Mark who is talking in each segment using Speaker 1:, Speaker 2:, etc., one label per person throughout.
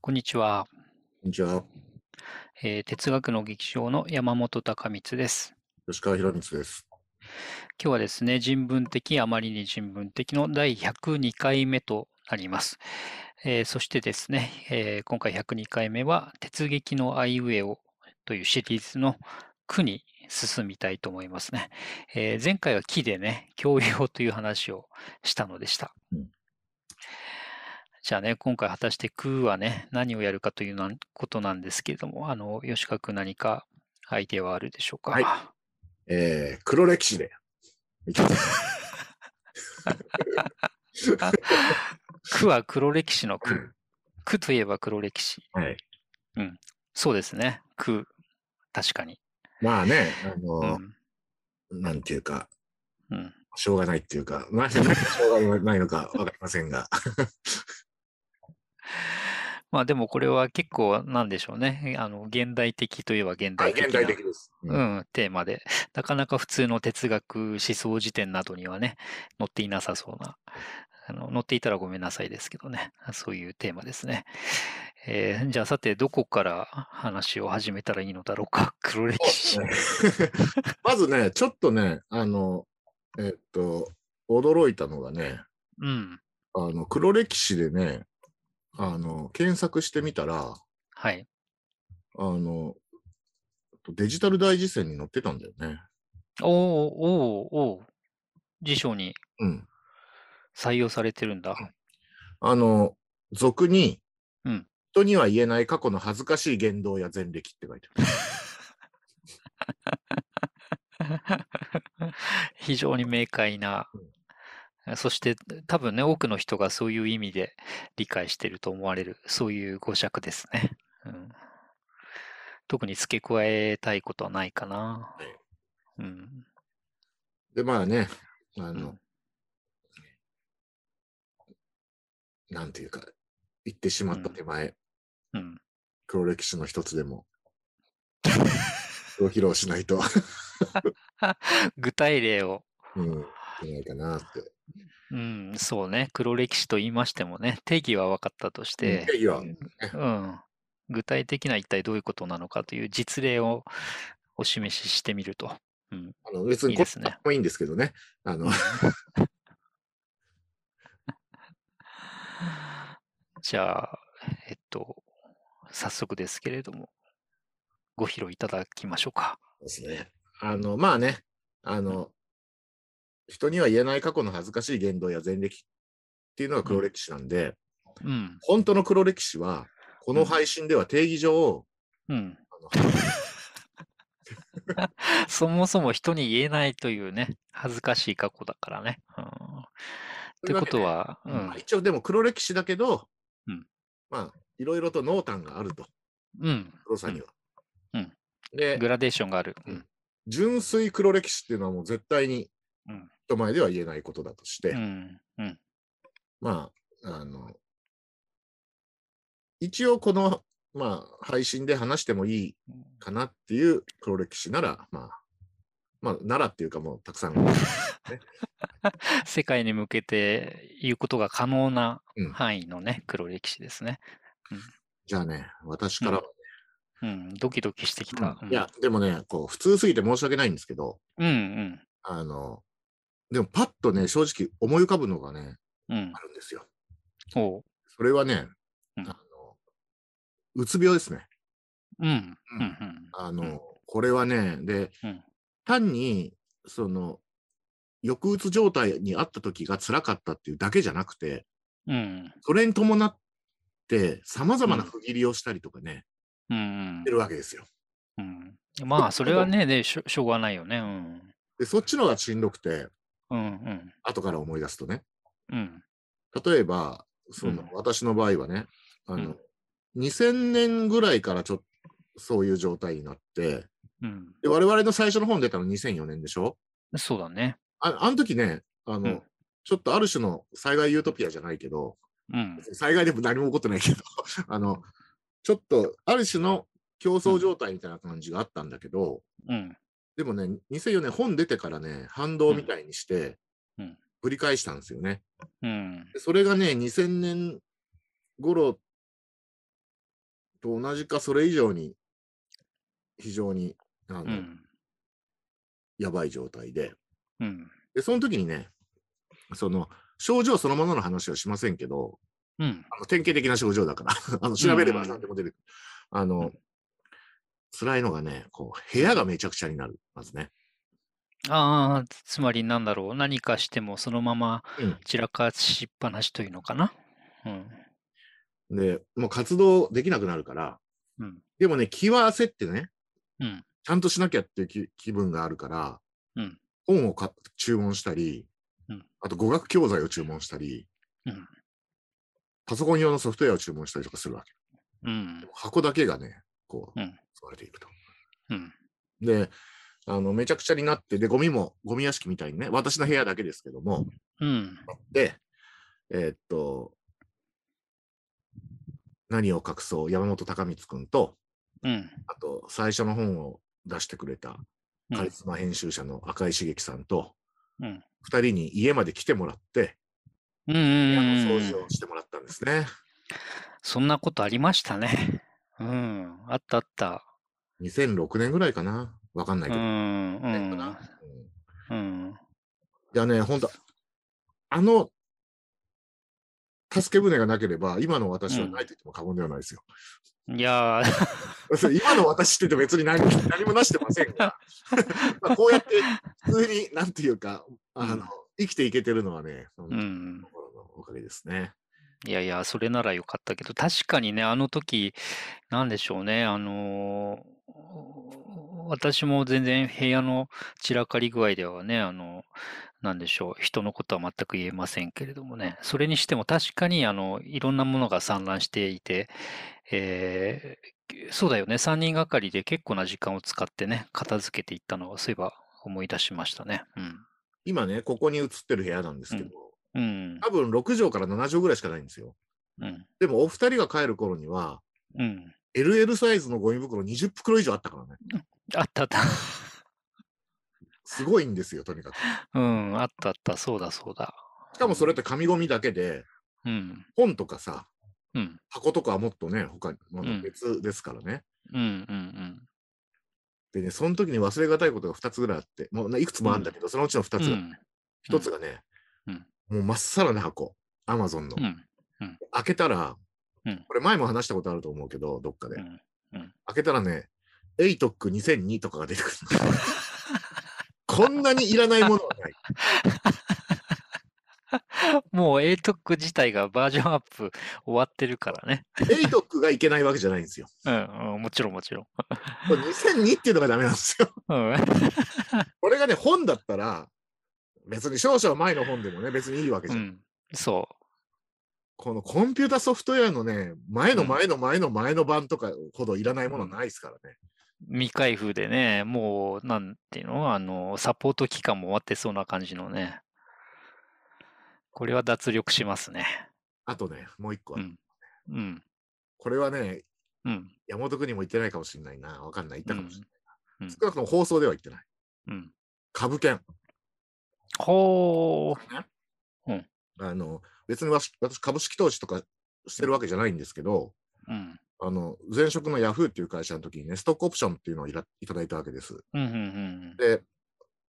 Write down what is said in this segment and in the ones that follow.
Speaker 1: こんにちは、
Speaker 2: こんにちは。
Speaker 1: えー哲学の劇場の山本隆光です。
Speaker 2: 吉川博光です。
Speaker 1: 今日はですね、人文的、あまりに人文的の第102回目となります。えーそしてですね、えー今回102回目は、鉄劇のアイウェイをというシリーズの句に進みたいと思いますね。えー前回は木でね、教養という話をしたのでした。
Speaker 2: うん
Speaker 1: じゃあね、今回果たして空はね、何をやるかというなんことなんですけれども、あの、吉川君何かアイデアはあるでしょうか。
Speaker 2: はいえー、黒歴史で。
Speaker 1: 区は黒歴史の区。区といえば黒歴史。
Speaker 2: はい。
Speaker 1: そうですね。区。確かに。
Speaker 2: まあね、あ
Speaker 1: う
Speaker 2: の、
Speaker 1: ん。
Speaker 2: なんていうか、
Speaker 1: うん、
Speaker 2: しょうがないっていうか、 な何がしょうがないのかわかりません が。
Speaker 1: まあでもこれは結構なんでしょうね。あの、現代的といえば現
Speaker 2: は
Speaker 1: 代
Speaker 2: い、
Speaker 1: 的
Speaker 2: 現
Speaker 1: な、
Speaker 2: 代的です。う
Speaker 1: うんん、テーマで、なかなか普通の哲学思想辞典などにはね、載っていなさそうな。あの載っていたらごめんなさいですけどね。そういうテーマですね。えーじゃあさて、どこから話を始めたらいいのだろうか。黒歴史。
Speaker 2: まずね、ちょっとね、あの、えっと、驚いたのがね、
Speaker 1: うん。
Speaker 2: あの、黒歴史でね、あの、検索してみたら、
Speaker 1: はい。
Speaker 2: あの、デジタル大辞典に載ってたんだよね。
Speaker 1: おーおーおー辞書に
Speaker 2: うん。
Speaker 1: 採用されてるんだ。
Speaker 2: あの、俗に、
Speaker 1: うん
Speaker 2: 人には言えない過去の恥ずかしい言動や前歴って書いてあ る。
Speaker 1: 非常に明快な。そして多分ね、多くの人がそういう意味で理解してると思われる、そういう語釈ですね。うん、特に付け加えたいことはないかな。うん。
Speaker 2: で、まあね、あ
Speaker 1: う
Speaker 2: の、
Speaker 1: ん
Speaker 2: なんていうか、言ってしまった手前、
Speaker 1: うん、
Speaker 2: 黒歴史の一つでも、ご披露しな いと、
Speaker 1: 具体例を、
Speaker 2: うん、いけないかなって。
Speaker 1: うん、そうね、黒歴史と言いましてもね、定義は分かったとして、
Speaker 2: いや、
Speaker 1: うん、具体的な一体どういうことなのかという実例を お示ししてみると。うん、
Speaker 2: あの別に
Speaker 1: いい
Speaker 2: こ
Speaker 1: ですね
Speaker 2: れもいいんですけどね。あの、
Speaker 1: じゃあ、えっと、早速ですけれども、ご披露いただきましょうか。
Speaker 2: ですね。あの、まあね、あの、人には言えない過去の恥ずかしい言動や前歴っていうのが黒歴史なんで、
Speaker 1: うん、
Speaker 2: 本当の黒歴史は、この配信では定義上、
Speaker 1: うん。
Speaker 2: あの
Speaker 1: そもそも人に言えないというね、恥ずかしい過去だからね。うん、ってことは、う
Speaker 2: まあ
Speaker 1: ん、
Speaker 2: 一応でも黒歴史だけど、
Speaker 1: うん
Speaker 2: まあ、いろいろと濃淡があると、
Speaker 1: うん、
Speaker 2: 黒さには。
Speaker 1: うん
Speaker 2: で
Speaker 1: グ、ラデーションがある。うん、
Speaker 2: 純粋黒歴史っていうのはもう絶対に
Speaker 1: うん
Speaker 2: 人前では言えないことだとして、
Speaker 1: うん、うん、
Speaker 2: まあ、あの、一応この、まあ、配信で話してもいいかなっていう黒歴史なら、まあ、まあ、ならっていうかもうたくさん、
Speaker 1: 世界に向けて言うことが可能な
Speaker 2: うん
Speaker 1: 範囲のね、黒歴史ですね。
Speaker 2: じゃあね、私からは
Speaker 1: うん、ドキドキしてきた。うん
Speaker 2: いや、でもね、こう、普通すぎて申し訳ないんですけど、
Speaker 1: うん、うん、
Speaker 2: あの、でもパッとね、正直思い浮かぶのがね、
Speaker 1: うん
Speaker 2: あ。るんですよ。
Speaker 1: おう、
Speaker 2: それはね、
Speaker 1: うん
Speaker 2: あの、うつ病ですね。
Speaker 1: うん、
Speaker 2: う
Speaker 1: うん、うんん。
Speaker 2: あの、
Speaker 1: うん
Speaker 2: これはね、で、
Speaker 1: うん
Speaker 2: 単に、その、抑うつ状態にあった時が辛かったっていうだけじゃなくて、
Speaker 1: うん。
Speaker 2: それに伴って、様々な区切りをしたりとかね、
Speaker 1: うん
Speaker 2: してるわけですよ。
Speaker 1: うん。まあ、それはね、でしょしょうがないよね。うん。
Speaker 2: で、そっちのがしんどくて、
Speaker 1: うん、
Speaker 2: 後から思い出すとね。
Speaker 1: うん、うん。
Speaker 2: 例えば、その、
Speaker 1: うん
Speaker 2: 私の場合はね、あ
Speaker 1: う
Speaker 2: の
Speaker 1: ん、
Speaker 2: 2000年ぐらいからちょっと、そういう状態になって、
Speaker 1: うん。
Speaker 2: で、我々の最初の本出たの2004年でしょ
Speaker 1: そうだね。
Speaker 2: ああの時ね、あの、
Speaker 1: うん
Speaker 2: ちょっとある種の災害ユートピアじゃないけど、
Speaker 1: うん。
Speaker 2: 災害でも何も起こってないけど、 あの、ちょっとある種の競争状態みたいな感じがあったんだけど、
Speaker 1: うん。
Speaker 2: でもね、2004年本出てからね、反動みたいにして
Speaker 1: うんうん、
Speaker 2: 繰り返したんですよね。
Speaker 1: うん。
Speaker 2: でそれがね、2000年頃と同じか、それ以上に、非常に、あの、
Speaker 1: うん。
Speaker 2: やばい状態で、
Speaker 1: うん。
Speaker 2: で、その時にね、その、症状そのものの話はしませんけど、
Speaker 1: うん。
Speaker 2: あの典型的な症状だから、 あの調べれば何でも出てくる。あ
Speaker 1: う
Speaker 2: の
Speaker 1: ん、
Speaker 2: 辛いのがね、こう、部屋がめちゃくちゃになる、まずね。
Speaker 1: ああ、つまりなんだろう。何かしてもそのまま
Speaker 2: うん
Speaker 1: 散らかしっぱなしというのかな。うん。
Speaker 2: で、もう活動できなくなるから、
Speaker 1: うん。
Speaker 2: でもね、気は焦ってね、
Speaker 1: うん。
Speaker 2: ちゃんとしなきゃっていう気気分があるから、
Speaker 1: うん
Speaker 2: 本を買っ注文したり、
Speaker 1: うん
Speaker 2: あと語学教材を注文したり、
Speaker 1: うん
Speaker 2: パソコン用のソフトウェアを注文したりとかするわけ。
Speaker 1: うん。
Speaker 2: 箱だけがね、こう、
Speaker 1: うん
Speaker 2: 使われていくと。
Speaker 1: うん。
Speaker 2: で、あの、めちゃくちゃになって、で、ゴミも、ゴミ屋敷みたいにね、私の部屋だけですけども、
Speaker 1: うん。
Speaker 2: で、えーっと、何を隠そう、山本孝光くんと、
Speaker 1: うん。
Speaker 2: あと、最初の本を出してくれた、
Speaker 1: うん
Speaker 2: カリスマ編集者の赤井茂樹さんと、
Speaker 1: うん
Speaker 2: 二人に家まで来てもらって、
Speaker 1: うんう
Speaker 2: 部
Speaker 1: ん
Speaker 2: 屋の
Speaker 1: うんう
Speaker 2: 掃除
Speaker 1: ん
Speaker 2: をしてもらったんですね。
Speaker 1: そんなことありましたね。 うん。あったあった。
Speaker 2: 2006年ぐらいかなわかんないうけど。
Speaker 1: ん。う
Speaker 2: 年か
Speaker 1: ん
Speaker 2: な。うん
Speaker 1: うん。
Speaker 2: いやね、本当あの、助け舟がなければ、今の私はないと言っても過言ではないですよ。
Speaker 1: いやー
Speaker 2: それ今の私って言って別に何も何もなしてません が、まあこうやって普通に、なんていうか、あの、
Speaker 1: うん
Speaker 2: 生きていけてるのはね、その
Speaker 1: うん。
Speaker 2: 頃のおかげですね。
Speaker 1: いやいや、それならよかったけど、確かにね、あの時、なんでしょうね、あのー私も全然部屋の散らかり具合ではね、あの、なんでしょう、人のことは全く言えませんけれどもね、それにしても確かに、あの、いろんなものが散乱していて、えーそうだよね、3人がかりで結構な時間を使ってね、片付けていったのを、そういえば思い出しましたね。
Speaker 2: 今ね、ここに映ってる部屋なんですけど、
Speaker 1: うん。うん。
Speaker 2: 多分6畳から7畳ぐらいしかないんですよ。
Speaker 1: うん。
Speaker 2: でもお二人が帰る頃には、
Speaker 1: うん。
Speaker 2: LL サイズのゴミ袋20袋以上あったからね。
Speaker 1: あったあった。
Speaker 2: すごいんですよ、とにかく。
Speaker 1: うん、あったあった、そうだそうだ。
Speaker 2: しかもそれって紙ゴミだけで、
Speaker 1: うん、
Speaker 2: 本とかさ、
Speaker 1: うん、
Speaker 2: 箱とかはもっとね、他に、まあ
Speaker 1: うん
Speaker 2: 別ですからね。
Speaker 1: うん、うん、
Speaker 2: でね、その時に忘れがたいことが2つぐらいあって、もうないくつもあるんだけど、そのうちの2
Speaker 1: うん。う
Speaker 2: つが、
Speaker 1: ん、
Speaker 2: 1つがね、
Speaker 1: うん
Speaker 2: もうまっさらな箱、アマゾンの。
Speaker 1: うん、
Speaker 2: 開けたら、
Speaker 1: うん
Speaker 2: これ前も話したことあると思うけど、どっかで。
Speaker 1: うん
Speaker 2: 開けたらね、エイトック2002とかが出てくる。こんなにいらないものはない。
Speaker 1: もう A トック自体がバージョンアップ終わってるからね。
Speaker 2: エイトックがいけないわけじゃないんですよ。
Speaker 1: うん、うんもちろんもちろん。
Speaker 2: これ2002っていうのがダメなんですよ。
Speaker 1: うん、
Speaker 2: これがね、本だったら、別に少々前の本でもね、別にいいわけ
Speaker 1: う
Speaker 2: じゃん。
Speaker 1: ん、そ
Speaker 2: このコンピュータソフトウェアのね、前の前の前の前の版とかほどいらないものはないですからね。
Speaker 1: う。未開封でね、もう、なんていうのあの、サポート期間も終わってそうな感じのね。これは脱力しますね。
Speaker 2: あとね、もう一個あ
Speaker 1: う
Speaker 2: る、
Speaker 1: ん。うん。
Speaker 2: これはね、
Speaker 1: うん。
Speaker 2: 山本君にも言ってないかもしれないな。わかんない。言ったかもしれないな。
Speaker 1: うんうん
Speaker 2: 少なくとも放送では言ってない。
Speaker 1: うん。
Speaker 2: 株券。
Speaker 1: ほ
Speaker 2: あの、別にわし私、株式投資とかしてるわけじゃないんですけど、
Speaker 1: う。うん。
Speaker 2: あの、前職のヤフーっていう会社の時にね、ストックオプションっていうのをいらいただいたわけです。
Speaker 1: うん、うん、うん
Speaker 2: で、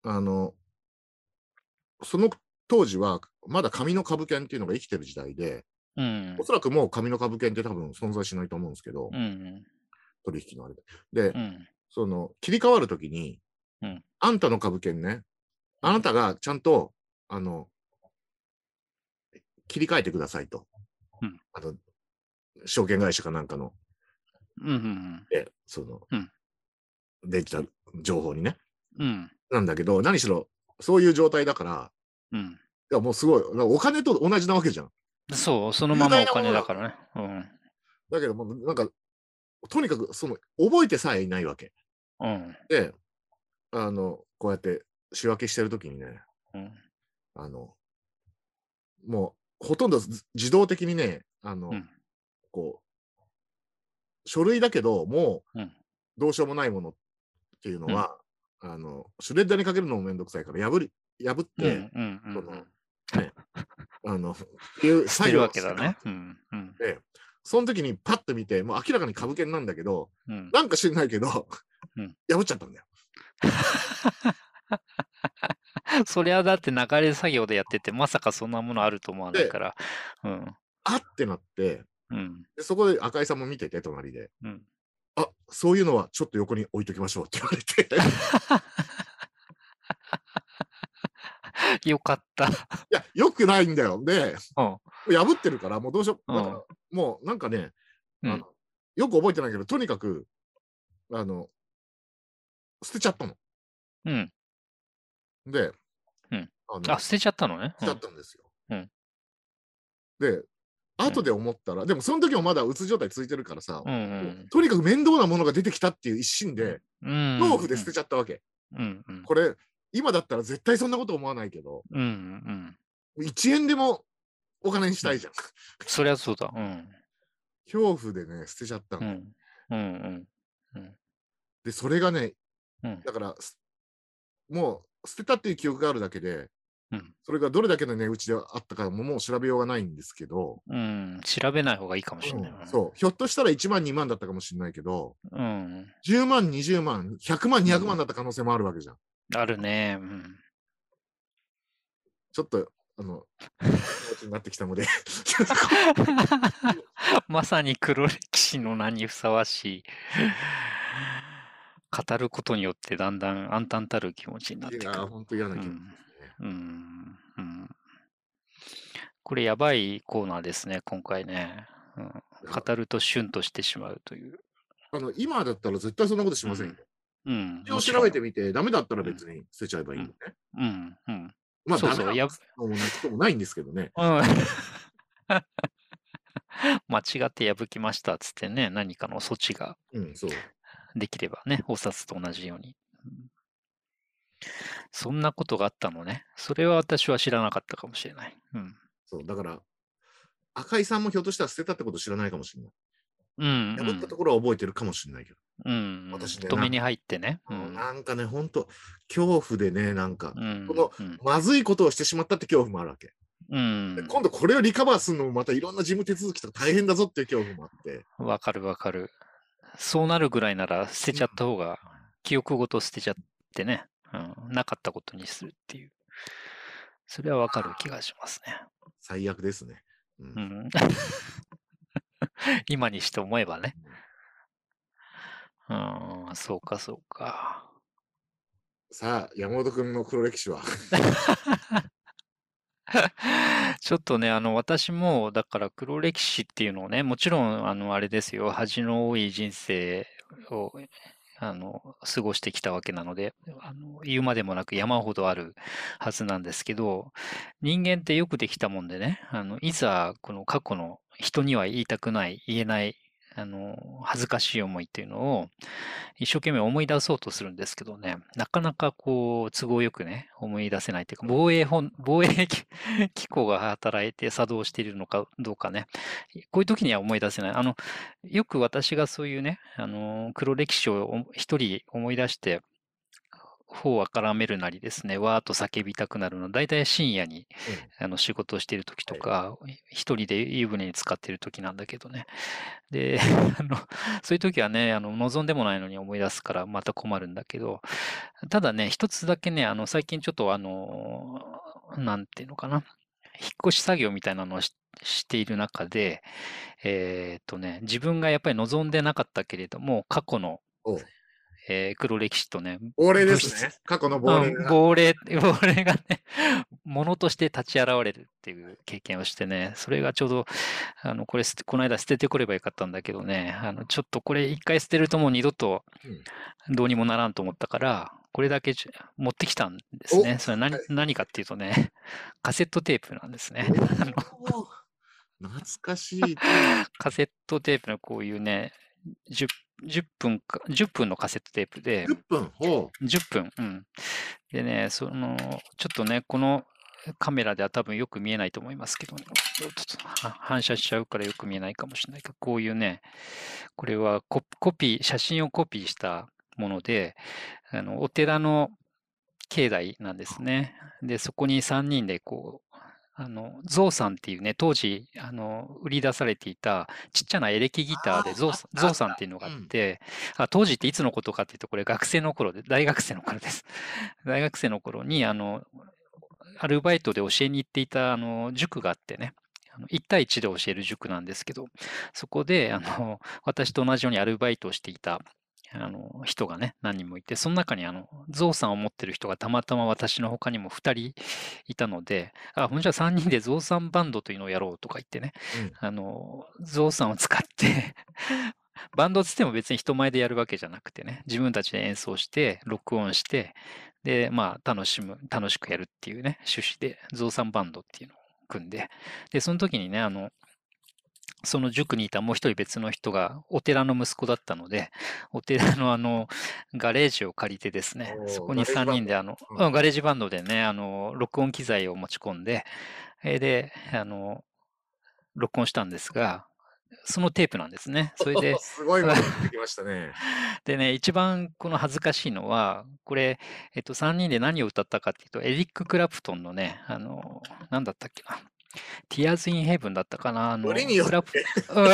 Speaker 2: あの、その当時は、まだ紙の株券っていうのが生きてる時代で、
Speaker 1: うん。うん
Speaker 2: お。そらくもう紙の株券って多分存在しないと思うんですけど、
Speaker 1: うん、
Speaker 2: 取引のあれで。で、
Speaker 1: うん。
Speaker 2: その、切り替わる時に、
Speaker 1: うん
Speaker 2: あんたの株券ね、あなたがちゃんと、あの、切り替えてくださいと。
Speaker 1: うん
Speaker 2: あの、証券会社かなんかの、
Speaker 1: うん、うん
Speaker 2: でその、
Speaker 1: うん
Speaker 2: デジタル情報にね。
Speaker 1: うん、うん。
Speaker 2: なんだけど、何しろ、そういう状態だから、
Speaker 1: うん。
Speaker 2: いや、もうすごい。お金と同じなわけじゃん。
Speaker 1: そう、その
Speaker 2: 有
Speaker 1: まま
Speaker 2: 害
Speaker 1: お
Speaker 2: なもの
Speaker 1: 金
Speaker 2: だ
Speaker 1: だからね。うん。
Speaker 2: だけど、もうなんか、とにかく、その、覚えてさえいないわけ。
Speaker 1: うん。
Speaker 2: で、あの、こうやって仕分けしてるときにね、
Speaker 1: うん。
Speaker 2: あの、もう、ほとんどず自動的にね、あの、
Speaker 1: うん
Speaker 2: こう、書類だけど、もう
Speaker 1: うん、
Speaker 2: どうしようもないものっていうのは、あの、シュレッダーにかけるのもめんどくさいから、破り、破っ
Speaker 1: うん。う
Speaker 2: て、
Speaker 1: ん。うん
Speaker 2: そうの
Speaker 1: ん。
Speaker 2: あの、いう
Speaker 1: 捨
Speaker 2: 作
Speaker 1: てる
Speaker 2: 業
Speaker 1: わ
Speaker 2: を
Speaker 1: け
Speaker 2: して
Speaker 1: だ
Speaker 2: た
Speaker 1: ね。うん。うん。
Speaker 2: で、その時にパッと見て、もう明らかに株券なんだけど、
Speaker 1: うん。
Speaker 2: なんか知んないけど、
Speaker 1: うん
Speaker 2: 破っちゃったんだよ。
Speaker 1: そりゃだって流れ作業でやってて、まさかそんなものあると思わないから。うん。
Speaker 2: あってなって、
Speaker 1: うん。
Speaker 2: でそこで赤井さんも見てて、隣で。
Speaker 1: うん。
Speaker 2: あそういうのはちょっと横に置いときましょうって言われて。
Speaker 1: よかった。
Speaker 2: いや、よくないんだよ。で、
Speaker 1: うん。
Speaker 2: 破ってるから、もうどうしよ
Speaker 1: う
Speaker 2: う。
Speaker 1: ん
Speaker 2: だからもうなんかね、あの
Speaker 1: うん
Speaker 2: よく覚えてないけど、とにかく、あの、捨てちゃったの。
Speaker 1: うん。
Speaker 2: で、
Speaker 1: うん
Speaker 2: あの
Speaker 1: あ、捨てちゃったのね。
Speaker 2: 捨てちゃったんですよ。
Speaker 1: うん
Speaker 2: で、後で思ったら、でもその時もまだうつ状態続いてるからさ、
Speaker 1: うん。う
Speaker 2: もうんとにかく面倒なものが出てきたっていう一心で、
Speaker 1: うん。
Speaker 2: 豆腐で捨て
Speaker 1: ち
Speaker 2: ちゃったわけ。
Speaker 1: ゃうん。うん。
Speaker 2: これ、今だったら絶対そんなこと思わないけど、
Speaker 1: うん。うん。
Speaker 2: 1円でもお金にしたいじゃん。
Speaker 1: そりゃそうだ。うん。
Speaker 2: 恐怖でね、捨てちゃった
Speaker 1: う
Speaker 2: の。
Speaker 1: ん。うん。
Speaker 2: で、それがね、
Speaker 1: うん
Speaker 2: だから、すもう捨てたっていう記憶があるだけで、
Speaker 1: うん
Speaker 2: それがどれだけの値打ちであったかももう調べようがないんですけど、
Speaker 1: うん。うん。調べない方がいいかもしれない。
Speaker 2: うんそう、ひょっとしたら1万、2万だったかもしれないけど、
Speaker 1: う。うん。
Speaker 2: 10万、20万、100万、200万だった可能性もあるわけじゃん。
Speaker 1: あるね。うん。
Speaker 2: ちょっと、あの、気持ちになってきた ので、
Speaker 1: まさに黒歴史の名にふさわしい。語ることによってだんだん暗淡たる気持ちになって
Speaker 2: い
Speaker 1: く
Speaker 2: や
Speaker 1: る。
Speaker 2: ー、本当嫌な気持ちですね。
Speaker 1: うんうんこれやばいコーナーですね、今回ね。うん、語るとシュンとしてしまうという。
Speaker 2: あの今だったら絶対そんなことしませんよ。
Speaker 1: うん。
Speaker 2: 一応
Speaker 1: もちろ
Speaker 2: 調
Speaker 1: ん
Speaker 2: べてみて、ダメだったら別に捨てちゃえばいいのね。
Speaker 1: うん。うん。
Speaker 2: まあ、
Speaker 1: そう
Speaker 2: ダ
Speaker 1: そう。
Speaker 2: メ
Speaker 1: や
Speaker 2: な
Speaker 1: ば
Speaker 2: のもなくともないんですけどね。
Speaker 1: うん 間違って破きましたっつってね、何かの措置が
Speaker 2: うん、そう。
Speaker 1: できればね、お札と同じように。うんそんなことがあったのね。それは私は知らなかったかもしれない。うん。
Speaker 2: そう、だから、赤井さんもひょっとしたら捨てたってこと知らないかもしれない。
Speaker 1: うん、うん。
Speaker 2: 破ったところは覚えてるかもしれないけど。
Speaker 1: うんうん。
Speaker 2: 私ね
Speaker 1: 止めに入ってね。うん。
Speaker 2: なんかね、ほんと、恐怖でね、なんか、
Speaker 1: うん
Speaker 2: この
Speaker 1: うん
Speaker 2: まずいことをしてしまったって恐怖もあるわけ。
Speaker 1: うん
Speaker 2: で。今度これをリカバーするのもまたいろんな事務手続きとか大変だぞっていう恐怖もあって。
Speaker 1: わかるわかる。そうなるぐらいなら捨てちゃった方が、記憶ごと捨てちゃってね、うん、なかったことにするっていう。それはわかる気がしますね。
Speaker 2: 最悪ですね。うん
Speaker 1: うん、 今にして思えばね。うん、そうかそうか。
Speaker 2: さあ、山本君の黒歴史は。
Speaker 1: ちょっとね、あの、私も、だから黒歴史っていうのをね、もちろん、あの、あれですよ、恥の多い人生を、あの、過ごしてきたわけなので、あの、言うまでもなく山ほどあるはずなんですけど、人間ってよくできたもんでね、あの、いざ、この過去の人には言いたくない、言えない、あの、恥ずかしい思いっていうのを、一生懸命思い出そうとするんですけどね、なかなかこう、都合よくね、思い出せないというか、防衛本、防衛機 機構が働いて作動しているのかどうかね、こういう時には思い出せない。あの、よく私がそういうね、あの、黒歴史をお一人思い出して、頬をあからめるなりですね、わーっと叫びたくなるのは、だいたい深夜にあの仕事をしている時とか、一人で湯船に浸かっている時なんだけどね。で、 あの、そういう時はね、あの、望んでもないのに思い出すからまた困るんだけど、ただね、一つだけね、あの、最近ちょっとあの、なんていうのかな、引っ越し作業みたいなのをししている中で、えーっとね、自分がやっぱり望んでなかったけれども、過去の
Speaker 2: おう、
Speaker 1: えー黒歴史とね、
Speaker 2: 亡霊です ね。過去の亡霊
Speaker 1: うん
Speaker 2: が。
Speaker 1: 亡霊、 亡霊がね、ものとして立ち現れるっていう経験をしてね、それがちょうど、あの、これ捨て、この間捨ててこればよかったんだけどね、あの、ちょっとこれ一回捨てるともう二度とどうにもならんと思ったから、これだけちょ持ってきたんですね。
Speaker 2: お
Speaker 1: それ何,、
Speaker 2: はい
Speaker 1: 何かっていうとね、 カセットテープなんですね。
Speaker 2: おう懐かしい。
Speaker 1: カセットテープのこういうね、10, 10分か、10分のカセットテープで、
Speaker 2: 10分。ほ
Speaker 1: 10分。うん。でね、その、ちょっとね、このカメラでは多分よく見えないと思いますけど、ちょっとは反射しちゃうからよく見えないかもしれないけど、こういうね、これはココピー、写真をコピーしたもので、あのお寺の境内なんですね。で、そこに3人でこう、あの、ゾウさんっていうね、当時、あの、売り出されていたちっちゃなエレキギター
Speaker 2: あ
Speaker 1: で
Speaker 2: ー
Speaker 1: ゾウ
Speaker 2: あっ
Speaker 1: さ
Speaker 2: た
Speaker 1: ゾウさんっていうのがあって、あ、当時っていつのことかっていうと、これ学生の頃で、大学生の頃です。大学生の頃に、あの、アルバイトで教えに行っていた、あの、塾があってね、あの1対1で教える塾なんですけど、そこで、あの、私と同じようにアルバイトをしていた、あの人がね、何人もいて、その中にあの、ゾウさんを持ってる人がたまたま私の他にも2人いたので、あ、ほんじゃ3人でゾウさんバンドというのをやろうとか言ってね、
Speaker 2: うん
Speaker 1: あの、ゾウさんを使って バンドつっても別に人前でやるわけじゃなくてね、自分たちで演奏して、録音して、で、まあ、楽しむ、楽しくやるっていうね、趣旨で、ゾウさんバンドっていうのを組んで、で、その時にね、あの、その塾にいたもう一人別の人がお寺の息子だったので、お寺のあのガレージを借りてですね、
Speaker 2: おー
Speaker 1: そこに
Speaker 2: ガレー
Speaker 1: 3
Speaker 2: ジバン
Speaker 1: 人
Speaker 2: ド
Speaker 1: であの、
Speaker 2: うん、
Speaker 1: うんガレージバンドでね、あの、録音機材を持ち込んで、えーで、あの、録音したんですが、そのテープなんですね。それで
Speaker 2: すごいものが出てきましたね。
Speaker 1: でね、一番この恥ずかしいのは、これ、えっと、3人で何を歌ったかっていうと、エリック・クラプトンのね、あの、なんだったっけな、Tears in Heaven だったかな、あの、
Speaker 2: よりによっ
Speaker 1: クラプうん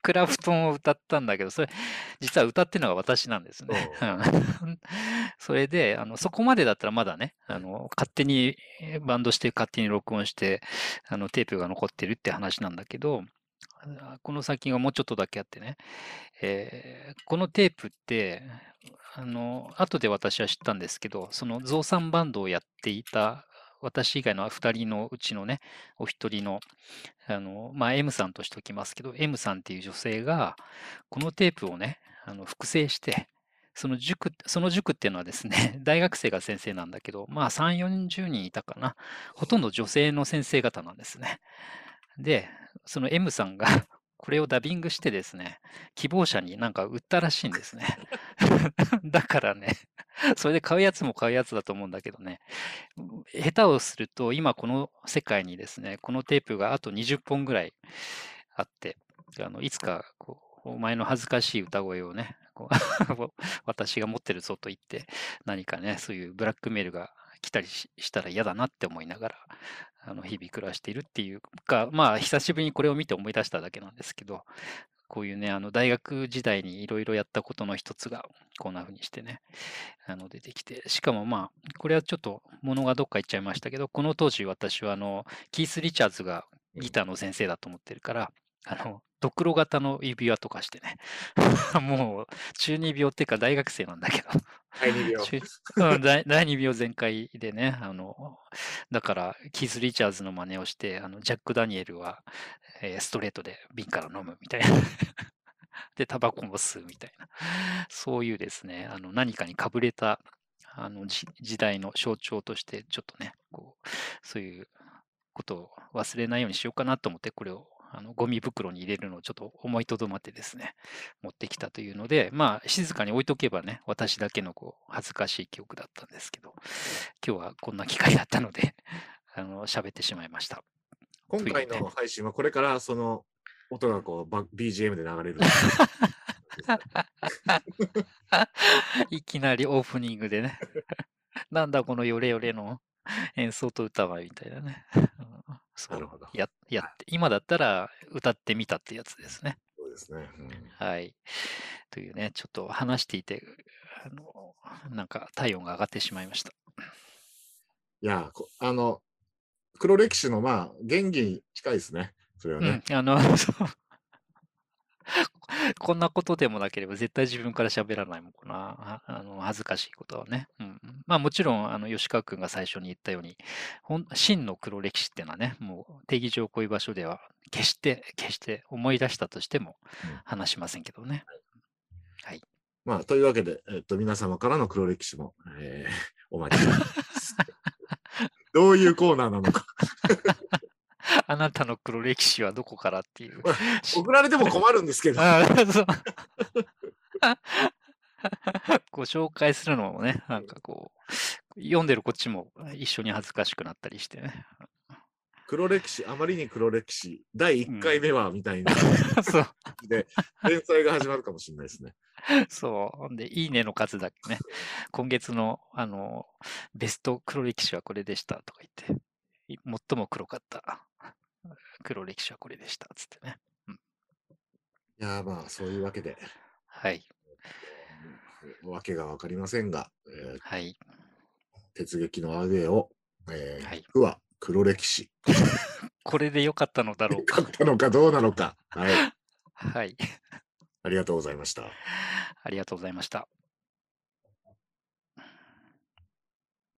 Speaker 1: クラプトンを歌ったんだけど、それ、実は歌ってるのが私なんですね。うん それであの、そこまでだったらまだね、あの勝手にえーバンドして、勝手に録音して、あのテープが残ってるって話なんだけど、あこの先がもうちょっとだけあってね、えーこのテープって、あの後で私は知ったんですけど、そのゾウさんバンドをやっていた私以外の2人のうちのね、お一人の、あのまあ、M さんとしておきますけど、M さんっていう女性が、このテープをね、あの複製して、その塾、その塾っていうのはですね、 大学生が先生なんだけど、まあ3、40人いたかな。ほとんど女性の先生方なんですね。で、その M さんが これをダビングしてですね、希望者になんか売ったらしいんですね。 だからね、それで買うやつも買うやつだと思うんだけどね、下手をすると今この世界にですね、このテープがあと20本ぐらいあって、あのいつかこうお前の恥ずかしい歌声をね、こう 私が持ってるぞと言って、何かね、そういうブラックメールが来たりししたら嫌だなって思いながら、あの日々暮らしているっていうか、まあ久しぶりにこれを見て思い出しただけなんですけど、こういうね、あの大学時代にいろいろやったことの一つが、こんな風にしてね、あの出てきて、しかもまあ、これはちょっと物がどっか行っちゃいましたけど、この当時私はあの、キース・リチャーズがギターの先生だと思ってるから、あの、ドクロ型の指輪とかしてね、 もう中二病っていうか大学生なんだけど、
Speaker 2: 第二秒。
Speaker 1: 中うん、第 第2秒全開でね、あの、だから、キース・リチャーズの真似をして、あのジャック・ダニエルは、えーストレートで瓶から飲むみたいな。 で、タバコも吸うみたいな。そういうですね、あの何かにかぶれたあのじ時代の象徴として、ちょっとね、こう、そういうことを忘れないようにしようかなと思って、これを。あのゴミ袋に入れるのをちょっと思いとどまってですね、持ってきたというので、まあ、静かに置いとけばね、私だけのこう恥ずかしい記憶だったんですけど、今日はこんな機会だったので、 あの喋ってしまいました。
Speaker 2: 今回
Speaker 1: という
Speaker 2: の
Speaker 1: ね
Speaker 2: 配信はこれからその音がこうバ BGM で 流れる。
Speaker 1: いきなりオープニングでね、 なんだこのヨレヨレの演奏と歌はみたいなね。 うんそう
Speaker 2: なるほど
Speaker 1: ややって今だったら歌ってみたってやつですね。
Speaker 2: そうですね。うん
Speaker 1: はい。というね、ちょっと話していて、あのなんか体温が上がってしまいました。
Speaker 2: いやこあの黒歴史のまあ原義に近いですね。それはね。
Speaker 1: うん、あの、そう こんなことでもなければ絶対自分から喋らないもんな、ああの恥ずかしいことはね。うんうん、まあもちろん、あの吉川君が最初に言ったように、ほん真の黒歴史っていうのはね、もう定義上こういう場所では決して、決して思い出したとしても
Speaker 2: うん
Speaker 1: 話しませんけどね。
Speaker 2: まあというわけで、えっと、皆様からの黒歴史も、えーお待ちしております。どういうコーナーな のか。
Speaker 1: あなたの黒歴史はどこからっていう。し
Speaker 2: 送られても困るんですけど。
Speaker 1: ああ、そう。 ご紹介するのもね、なんかこう、読んでるこっちも一緒に恥ずかしくなったりしてね。
Speaker 2: 黒歴史、あまりに黒歴史、第1回目はみたいな感
Speaker 1: そう、
Speaker 2: じで、連載が始まるかもしれないですね。
Speaker 1: そう。で、いいねの数だけね。今月の、あの、ベスト黒歴史はこれでしたとか言って。い最も黒かった黒歴史はこれでした、つってね。
Speaker 2: いやーまあそういうわけで、
Speaker 1: はい、
Speaker 2: わけがわかりませんが、えー
Speaker 1: はい、
Speaker 2: 鉄撃のアウェイを、えー
Speaker 1: はい。
Speaker 2: 僕は黒歴史
Speaker 1: これで良かったのだろう
Speaker 2: だ
Speaker 1: か
Speaker 2: っ。たのかどうなのか、はい、
Speaker 1: はい、
Speaker 2: ありがとうございました。
Speaker 1: ありがとうございました。